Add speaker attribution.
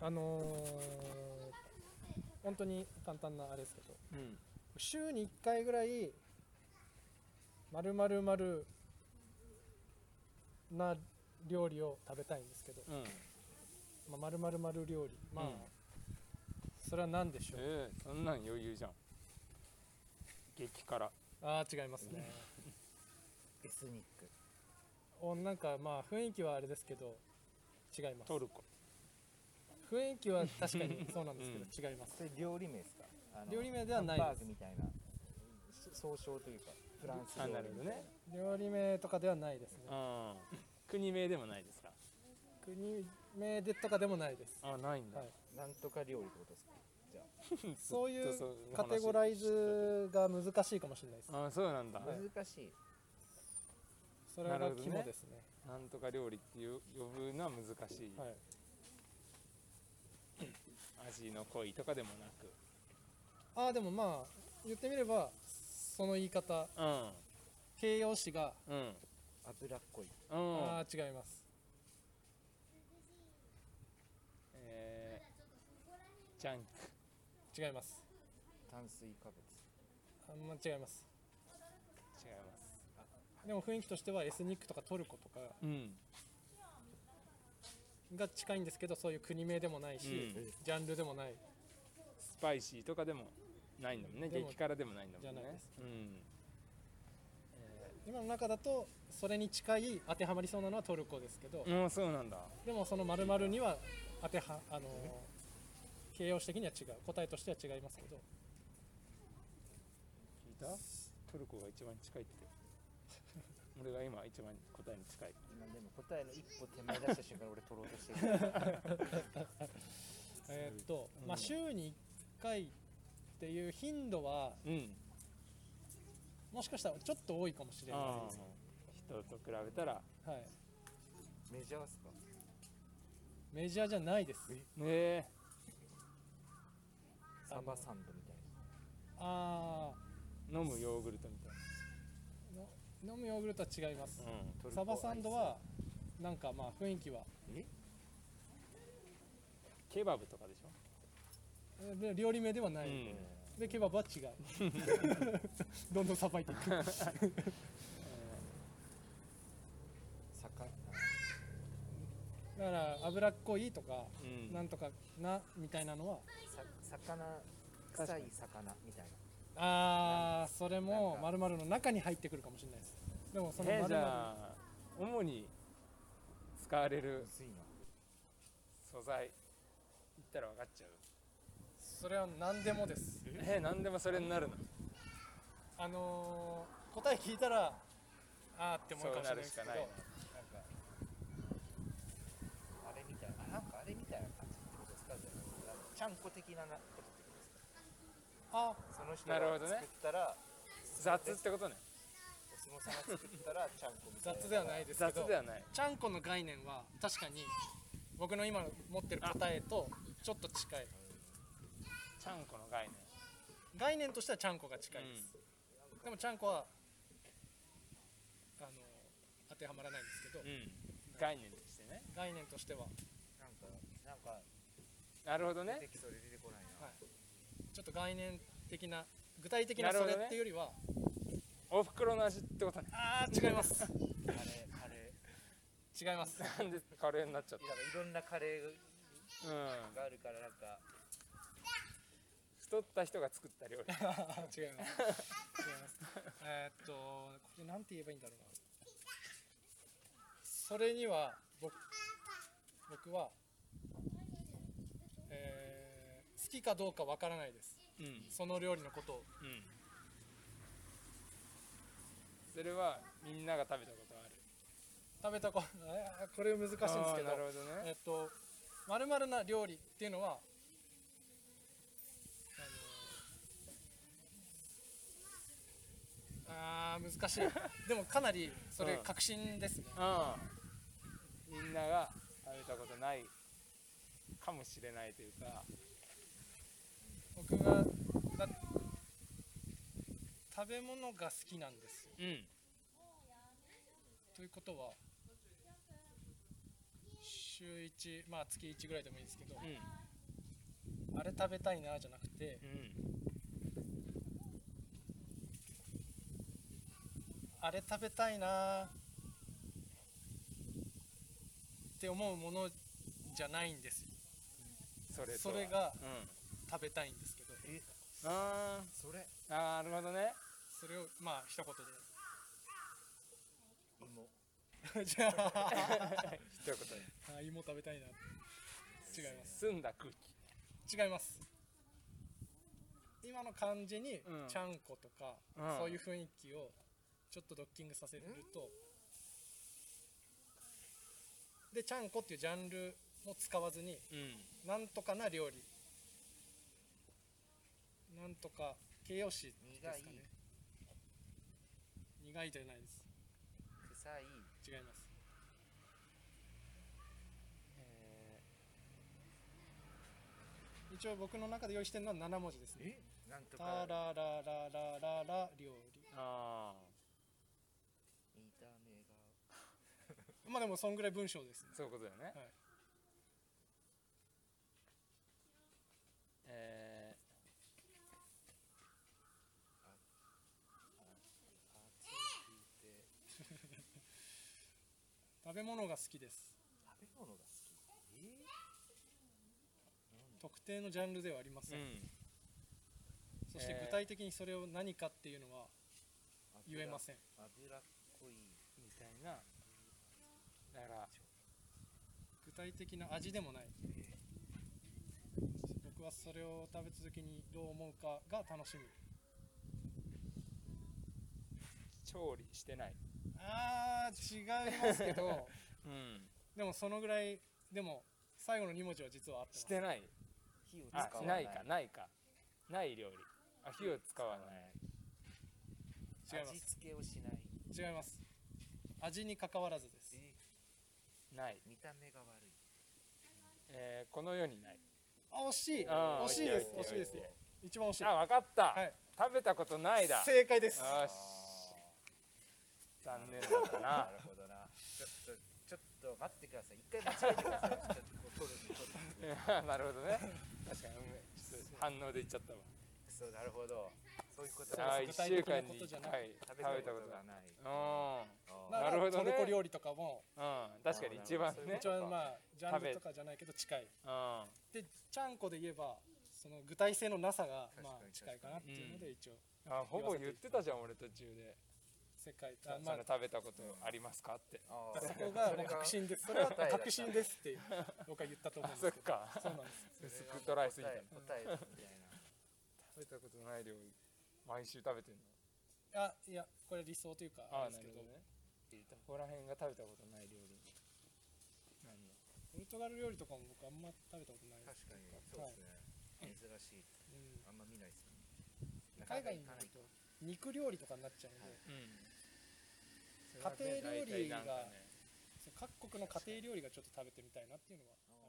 Speaker 1: あのー本当に簡単なあれですけど
Speaker 2: うん
Speaker 1: 週に1回ぐらいまるまるまるな料理を食べたいんですけど
Speaker 2: うん
Speaker 1: まるまるまる料理まあ、
Speaker 2: うん
Speaker 1: それは何でしょう
Speaker 2: えー、そんなん余裕じゃん激辛
Speaker 1: ああ違いますね
Speaker 3: エスニック
Speaker 1: おなんかまあ雰囲気はあれですけど違います
Speaker 2: トルコ
Speaker 1: 雰囲気は確かにそうなんですけど、違います
Speaker 3: それ料理名ですかあの
Speaker 1: 料理名ではないです
Speaker 3: ハンバーグみたいな総称というかフランス料
Speaker 2: あ
Speaker 3: 理
Speaker 2: なるほどね
Speaker 1: 料理名とかではないですね
Speaker 2: うん 国名でもないですか
Speaker 1: 国名でとかでもないです、
Speaker 2: あないんだ、
Speaker 1: はい、
Speaker 3: なんとか料理ってことですかじゃあ
Speaker 1: そうい
Speaker 2: ずっとそうう
Speaker 1: カテゴライズが難しいかもしれないです
Speaker 2: あそうなんだ、
Speaker 3: 難しい
Speaker 1: それが肝ですね
Speaker 2: なんとか料理っていう呼ぶのは難しい、
Speaker 1: はい
Speaker 2: 味の濃いとかでもなく
Speaker 1: ああでもまあ言ってみればその言い方
Speaker 2: う
Speaker 1: 形容詞が、
Speaker 2: んうん
Speaker 3: 脂っこい
Speaker 2: うん
Speaker 1: ああ違います
Speaker 2: えー、ジャンク
Speaker 1: 違います
Speaker 3: 炭水化物
Speaker 1: あんま違います
Speaker 2: 違います
Speaker 1: でも雰囲気としてはエスニックとかトルコとか
Speaker 2: うん
Speaker 1: が近いんですけどそういう国名でもないし、
Speaker 2: うん
Speaker 1: ジャンルでもない
Speaker 2: スパイシーとかでもないんだもんね
Speaker 1: でも
Speaker 2: 激辛でもないんだもん
Speaker 1: じゃない
Speaker 2: ね
Speaker 1: です
Speaker 2: うん
Speaker 1: 今の中だとそれに近い当てはまりそうなのはトルコですけど、
Speaker 2: うんそうなんだ
Speaker 1: でもその〇〇には当てはあのー形容詞的には違う答えとしては違いますけど
Speaker 2: 聞いたトルコが一番近いって 俺が今一番答えに近い
Speaker 3: 今でも答えの一歩手前出した瞬間俺取ろうとしてる
Speaker 1: えーっと、まあ週に1回っていう頻度は
Speaker 2: うん
Speaker 1: もしかしたらちょっと多いかもしれ
Speaker 2: あ
Speaker 1: ま
Speaker 2: あ
Speaker 1: せん
Speaker 2: 人と比べたら
Speaker 1: はい、
Speaker 3: メジャーっすか
Speaker 1: メジャーじゃないです
Speaker 2: ねえ
Speaker 3: サバサンドみたいな
Speaker 1: あ
Speaker 2: 飲むヨーグルトみたい
Speaker 1: あの飲むヨーグルトは違います、
Speaker 2: なうん
Speaker 3: トルコ
Speaker 1: サバサンドは
Speaker 3: ア
Speaker 1: なんかまあ雰囲気は
Speaker 3: イスえ
Speaker 2: ケバブとかでしょ
Speaker 1: えで料理名ではない、
Speaker 2: うん
Speaker 1: でケバブは違う どんどんさばいていく
Speaker 3: 魚
Speaker 1: だから脂っこいとか、
Speaker 2: うん
Speaker 1: なんとかなみたいなのは
Speaker 3: さ魚臭い魚みたいな
Speaker 1: あーそれも
Speaker 3: な
Speaker 1: 〇〇の中に入ってくるかもしれないですでもその
Speaker 2: えー
Speaker 1: 〇
Speaker 2: じ
Speaker 1: 〇
Speaker 2: ゃあ主に使われる
Speaker 3: 薄いな
Speaker 2: 素材言ったら分かっちゃう
Speaker 1: それは何でもです
Speaker 2: えー、何でもそれになるの
Speaker 1: あのー答え聞いたらあーって思う
Speaker 2: そ
Speaker 1: か
Speaker 2: う
Speaker 1: もしれな
Speaker 2: なる
Speaker 1: いで
Speaker 2: し
Speaker 1: すけ
Speaker 2: か
Speaker 1: ど
Speaker 2: ない
Speaker 3: なんかあれみたいなあなんかあれみたいな感じってことですかじゃあなんかちゃんこ的ななことってことです
Speaker 1: あ
Speaker 3: かその人
Speaker 2: なるほど
Speaker 3: が
Speaker 2: ね
Speaker 3: 作ったら、
Speaker 2: 雑ってことね
Speaker 3: お相撲さんが作ったらちゃんこみたいな
Speaker 1: 雑ではないですけど
Speaker 2: 雑ではない
Speaker 1: ちゃんこの概念は確かに僕の今持ってる答えとちょっと近い
Speaker 2: ちゃんこの概
Speaker 1: 概念としてはちゃんこが近いです、でもちゃんこはあのー当てはまらないんですけど、
Speaker 2: 念うん概念としてね
Speaker 1: 概念としては
Speaker 3: なんかなんか
Speaker 2: なるほど
Speaker 3: 出
Speaker 2: ね
Speaker 3: てきそうで出てこないな
Speaker 1: ちょっと概念的な具体的な
Speaker 2: なる
Speaker 1: そ
Speaker 2: ほ
Speaker 1: れ
Speaker 2: どね
Speaker 1: っていうよりは、
Speaker 2: おふくろの味ってことね
Speaker 1: ああ違います
Speaker 3: カレーカレ
Speaker 1: 違います
Speaker 2: なんでカレーになっちゃっ
Speaker 3: ーなんかいろんなカレー
Speaker 2: たうん
Speaker 3: があるからなんか
Speaker 2: 太った人が作った料理
Speaker 1: 違います違いますえーっとこれなんて言えばいいんだろうなそれには僕僕は、えー好きかどうかわからないです
Speaker 2: うん
Speaker 1: その料理のことを
Speaker 2: うんそれはみんなが食べたことある
Speaker 1: 食べたこあーこれ難しいんですけど
Speaker 2: あーなるほどね
Speaker 1: えーっとまるまるな料理っていうのはあのーあー難しいでもかなりそれ
Speaker 2: うん
Speaker 1: 確信ですね
Speaker 2: うんみんなが食べたことないかもしれないというか
Speaker 1: 僕がだ食べ物が好きなんですよ
Speaker 2: うん
Speaker 1: ということは週週1まあ月1ぐらいでもいいんですけど、
Speaker 2: うん
Speaker 1: あれ食べたいなじゃなくて
Speaker 2: うん
Speaker 1: あれ食べたいなって思うものじゃないんですよ
Speaker 2: それと
Speaker 1: それが
Speaker 2: うん
Speaker 1: 食べたいんですけど
Speaker 3: え
Speaker 2: あー
Speaker 3: それ
Speaker 2: あーなるほどね
Speaker 1: それをまあ一言
Speaker 3: 芋
Speaker 1: で じゃあ
Speaker 2: ということで
Speaker 1: あ芋食べたいな違います
Speaker 2: 澄んだ空気
Speaker 1: 違います今の感じに
Speaker 2: うん
Speaker 1: ちゃんことか、
Speaker 2: うん
Speaker 1: そういう雰囲気をちょっとドッキングさせると、でちゃんこっていうジャンルも使わずに
Speaker 2: うん
Speaker 1: なんとかな料理なんとか形容詞ですかね苦いじゃないです
Speaker 3: 臭い
Speaker 1: 違います
Speaker 2: え
Speaker 1: 一応僕の中で用意してるのは7文字ですね
Speaker 3: えなんと
Speaker 1: タ
Speaker 3: か
Speaker 1: ララララララ料理
Speaker 2: ーあ
Speaker 3: 見た目が
Speaker 1: まあでもそんぐらい文章ですね
Speaker 2: ーそういうことだよね、
Speaker 1: はい
Speaker 2: え
Speaker 3: パーツを聞いて
Speaker 1: 食べ物が好きです
Speaker 3: 食べ物が好きえ
Speaker 1: 特定のジャンルではありませ
Speaker 2: ー
Speaker 1: ん、
Speaker 2: うん
Speaker 1: そして
Speaker 2: えー
Speaker 1: 具体的にそれを何かっていうのは
Speaker 3: ー
Speaker 1: 言えません、
Speaker 3: 油っこい
Speaker 2: みたいなだから
Speaker 1: 具体的な味でもない僕はそれを食べた時にどう思うかが楽しみ
Speaker 2: 調理してない
Speaker 1: あー違いますけど
Speaker 2: うん
Speaker 1: でもそのぐらいでも最後の2文字は実は合ってます
Speaker 2: してない
Speaker 3: 火を使
Speaker 2: あ
Speaker 3: わな
Speaker 2: ないいかないかない料理あ火を使わない
Speaker 1: 違いま
Speaker 3: 味付けをしない
Speaker 1: す違います味に関わらずです
Speaker 3: え
Speaker 2: ない、
Speaker 3: 見た目が悪い
Speaker 2: えーこの世にない
Speaker 1: あ惜しい
Speaker 2: あー
Speaker 1: 惜しいです
Speaker 2: オッケーオ
Speaker 1: 惜
Speaker 2: ッケー
Speaker 1: しいです一番惜しい
Speaker 2: あわかった、
Speaker 1: はい
Speaker 2: 食べたことないだよ
Speaker 1: 正解です
Speaker 2: し残念だったな
Speaker 3: なるほどなちょっとちょっと待ってください一回間違えてくださいちょっとこう取る取る
Speaker 2: なるほどね確かにうんちょっと反応で言っちゃったわ
Speaker 3: クソなるほどそういうこと
Speaker 1: そう
Speaker 2: あ
Speaker 1: そう
Speaker 2: 1
Speaker 1: 具体
Speaker 2: 週
Speaker 1: 的
Speaker 2: 間
Speaker 1: なこ
Speaker 2: に
Speaker 1: とじゃ
Speaker 2: 1
Speaker 1: なく
Speaker 2: 回食べたことが
Speaker 3: ない
Speaker 2: ない
Speaker 1: だから
Speaker 2: なるほど
Speaker 1: ト
Speaker 2: ね
Speaker 1: ルコ料理とかも
Speaker 2: うん、うん、確かに一番
Speaker 3: そういう
Speaker 2: ね
Speaker 3: こ
Speaker 1: 一番まあジャンルとかじゃないけど近いでちゃんこで言えばその具体性のなさが
Speaker 3: 確かに
Speaker 1: まあ近いかなっていうので一応
Speaker 2: うんあほぼ言ってたじゃん俺途中で、
Speaker 1: 世界
Speaker 2: あ
Speaker 1: あまあ
Speaker 2: その食べたことありますかって
Speaker 3: あ
Speaker 1: そこがもう確信ですそれは確信ですって僕は言ったと思
Speaker 2: あ
Speaker 1: うん
Speaker 2: そ
Speaker 1: で
Speaker 2: っ
Speaker 1: すけど
Speaker 2: か
Speaker 1: そうなんです
Speaker 2: 薄く捉えすぎたな
Speaker 3: 答え答えみたいな
Speaker 2: 食べたことない料理毎週食べてんの
Speaker 1: あいやこれ理想というかあ
Speaker 2: あ
Speaker 1: れですけど
Speaker 2: ねここら辺が食べたことない料理なんの
Speaker 1: ポルトガル料理とかも僕あんま食べたことないです
Speaker 3: 確かにそうですね珍しい
Speaker 1: うん
Speaker 3: あんま見ないですね
Speaker 1: 海外になると肉料理とかになっちゃうんで、
Speaker 2: うん
Speaker 1: 家庭料理が
Speaker 2: 大体なんかね
Speaker 1: そう各国の家庭料理がちょっと食べてみたいなっていうのは
Speaker 3: あ